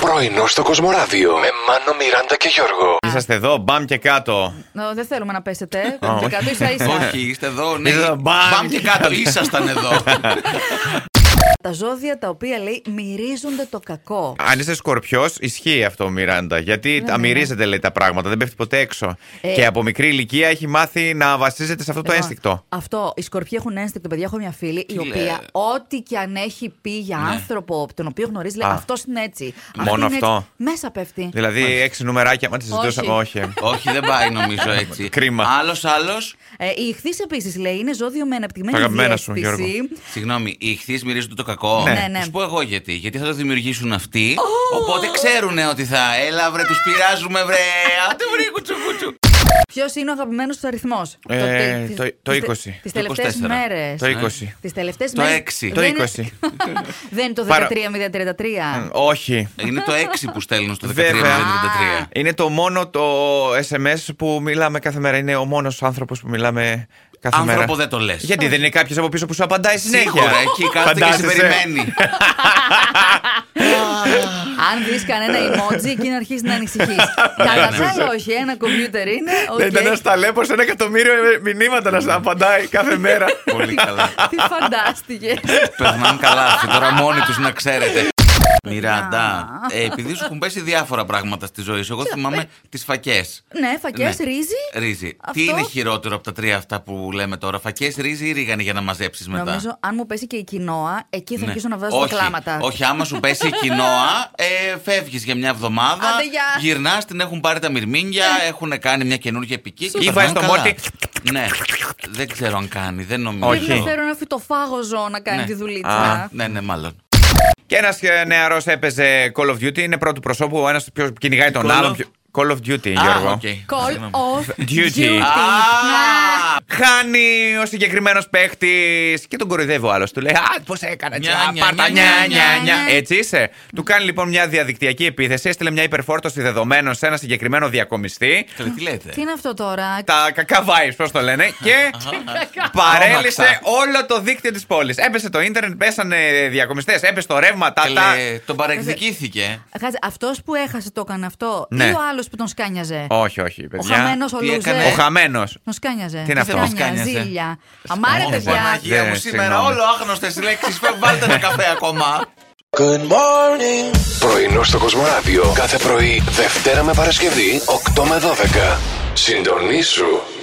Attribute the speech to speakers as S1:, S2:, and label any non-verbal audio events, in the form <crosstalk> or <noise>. S1: Πρωινό στο Κοσμοράδιο με Μάνο, Μιράντα και Γιώργο.
S2: Είσαστε εδώ, μπαμ και κάτω.
S3: Νο, δεν θέλουμε να πέσετε.
S2: Α, όχι.
S3: Oh, κάτω ίσα ίσα.
S4: <laughs> Όχι, είστε εδώ. Ναι.
S2: Είστε εδώ, μπαμ.
S4: Μπαμ και κάτω.
S2: <laughs>
S4: Ήσασταν εδώ.
S3: τα ζώδια τα οποία λέει μυρίζονται το κακό.
S2: Αν είσαι σκορπιός, ισχύει αυτό, Μιράντα. Γιατί
S3: ναι,
S2: τα
S3: ναι.
S2: μυρίζεται, λέει, τα πράγματα. Δεν πέφτει ποτέ έξω.
S3: Ε.
S2: Και από μικρή ηλικία έχει μάθει να βασίζεται σε αυτό το
S3: Λοιπόν,
S2: ένστικτο.
S3: Αυτό. Οι σκορπιοί έχουν ένστικτο, παιδιά. Έχω μια φίλη η
S4: λέει.
S3: οποία, ό,τι και αν έχει πει για άνθρωπο τον οποίο γνωρίζει, λέει
S2: Ναι. Α.
S3: αυτός είναι έτσι. Αυτή
S2: Μόνο
S3: είναι
S2: αυτό.
S3: έτσι». Μέσα πέφτει.
S2: Δηλαδή, έξι νομεράκια. Μα τη συζητούσα.
S3: Όχι.
S2: Όχι.
S4: Όχι, δεν πάει νομίζω έτσι.
S2: Κρίμα.
S4: Άλλος, άλλος.
S3: Ε, η ηχθή επίσης λέει είναι ζώδιο με αναπτυγμένη
S2: Αγαπημένα σου,
S3: διέστηση.
S2: Γιώργο.
S4: Συγγνώμη, οι ηχθείς μυρίζονται το κακό.
S2: Ναι.
S3: Ναι, ναι.
S4: Σου πω εγώ γιατί. Γιατί θα το δημιουργήσουν αυτοί. Οπότε ξέρουν ότι θα. Έλα, βρε, τους πειράζουμε, βρε. Άντε, βρε, κουτσου, κουτσου.
S3: Ποιος είναι ο αγαπημένος του αριθμός,
S2: Ε, το- το 20.
S3: Τις
S4: Το
S3: τελευταίε
S4: 24.
S3: μέρες.
S2: Το 20.
S3: Τις τελευταίες
S4: Το
S3: μέρες.
S4: έξι.
S2: Το 20.
S3: <laughs> Δεν είναι το
S2: Παρα- Ε,
S3: 13033.
S2: Όχι.
S4: Είναι το 6 που στέλνουν στο 13 με
S2: Βέβαια.
S4: 33.
S2: Είναι το μόνο το SMS που μιλάμε κάθε μέρα. Είναι ο μόνος άνθρωπος που μιλάμε κάθε μέρα.
S4: Άνθρωπο δεν το λες.
S2: Γιατί δεν είναι κάποιος από πίσω που σου απαντάει συνέχεια.
S4: Σίγουρα, εκεί κάθεται και σε
S2: Φαντάζεσαι. <laughs>
S4: περιμένει.
S3: Αν δεις κανένα emoji, εκείνο αρχίζει να <laughs> ανησυχείς. Κατά
S4: Ναι,
S3: τα
S4: ναι.
S3: άλλα, όχι, ένα κομπιούτερ είναι.
S2: Δεν
S3: οκ.
S2: ήταν ένα ταλέπο ένα εκατομμύριο μηνύματα να σε απαντάει κάθε μέρα.
S4: Πολύ καλά.
S3: Τι φαντάστηκες.
S4: Περνάνε καλά αυτοί τώρα μόνοι τους να ξέρετε. Μιράντα, ε, επειδή σου έχουν πέσει διάφορα πράγματα στη ζωή σου, εγώ θυμάμαι τις φακές.
S3: Ναι, φακές, ρύζι.
S4: Ρύζι.
S3: Αυτό.
S4: Τι είναι χειρότερο από τα τρία αυτά που λέμε τώρα, φακές, ρύζι ή ρίγανη για να μαζέψεις μετά.
S3: Νομίζω, αν μου πέσει και η κοινόα, εκεί θα
S4: Ναι.
S3: αρχίσω να βάζω τα
S4: όχι,
S3: κλάματα.
S4: Όχι, άμα σου πέσει η κοινόα, ε, φεύγεις για μια εβδομάδα,
S3: Άντε, γεια. Ε.
S4: γυρνάς, την έχουν πάρει τα μυρμήγκια, έχουν κάνει μια καινούργια επική. και
S2: Ή
S4: περνάνε
S2: βάζεις το
S4: καλά.
S2: μότι.
S4: Ναι, δεν ξέρω αν κάνει, δεν νομίζω.
S2: Όχι.
S3: Πρέπει να φέρω ένα φυτοφάγο ζώο να κάνει
S4: Ναι.
S3: τη
S2: Α.
S3: δουλίτσα.
S4: Ναι, ναι, μάλλον.
S2: Και ένας νεαρός έπαιζε Call of Duty, είναι πρώτου προσώπου, ο ένας πιο κυνηγάει τον
S4: Call
S2: άλλον.
S4: of-
S2: πιο- Call of Duty,
S4: Α,
S2: Ε, Γιώργο.
S4: οκ.
S3: Call
S4: Συγγνώμη.
S3: of
S2: Duty.
S3: ναι. duty.
S2: Α.
S3: Ναι.
S2: Χάνει ο συγκεκριμένος παίχτης και τον κοροϊδεύει ο άλλος. Του λέει Α, πώς έκανα έτσι.
S4: Νιά,
S2: α,
S4: νιά,
S2: Πάρτα,
S4: νιά,
S2: νιά,
S4: νιά,
S2: νιά, νιά.
S3: νιά.
S2: Έτσι είσαι. Του κάνει λοιπόν μια διαδικτυακή επίθεση, έστειλε μια υπερφόρτωση δεδομένων σε ένα συγκεκριμένο διακομιστή.
S4: Καλή, τι λέτε.
S3: Τι είναι αυτό τώρα.
S2: Τα κακά vibes, πώς το λένε,
S4: <laughs>
S2: και παρέλυσε
S4: Τρόμαξα.
S2: όλο το δίκτυο της πόλης. Έπεσε το ίντερνετ, πέσανε διακομιστές, έπεσε το ρεύμα, τα. τα-
S4: Καλέ, τον παρεκδικήθηκε.
S3: Αυτός που έχασε το έκανε αυτό.
S2: Ναι.
S3: Ή ο άλλος που τον σκάνιαζε.
S2: Όχι, όχι,
S3: Ο
S2: παιδιά.
S3: χαμένος ο
S4: τι
S3: Λούζερ.
S4: έκανε?
S2: Ο χαμένος.
S3: Τον σκάνιαζε.
S2: Τι είναι αυτό?
S3: Σκάνια,
S4: Σκάνιαζε.
S3: ζήλια. Αμάρε,
S2: Σκάνιαζε.
S3: παιδιά.
S2: Παναγία μου, σήμερα όλο
S4: άγνωστες λέξεις. Βάλτε ένα καφέ ακόμα.
S1: Πρωινό στο Κοσμοράδιο κάθε πρωί, Δευτέρα με Παρασκευή, 8 με 12. Συντονίσου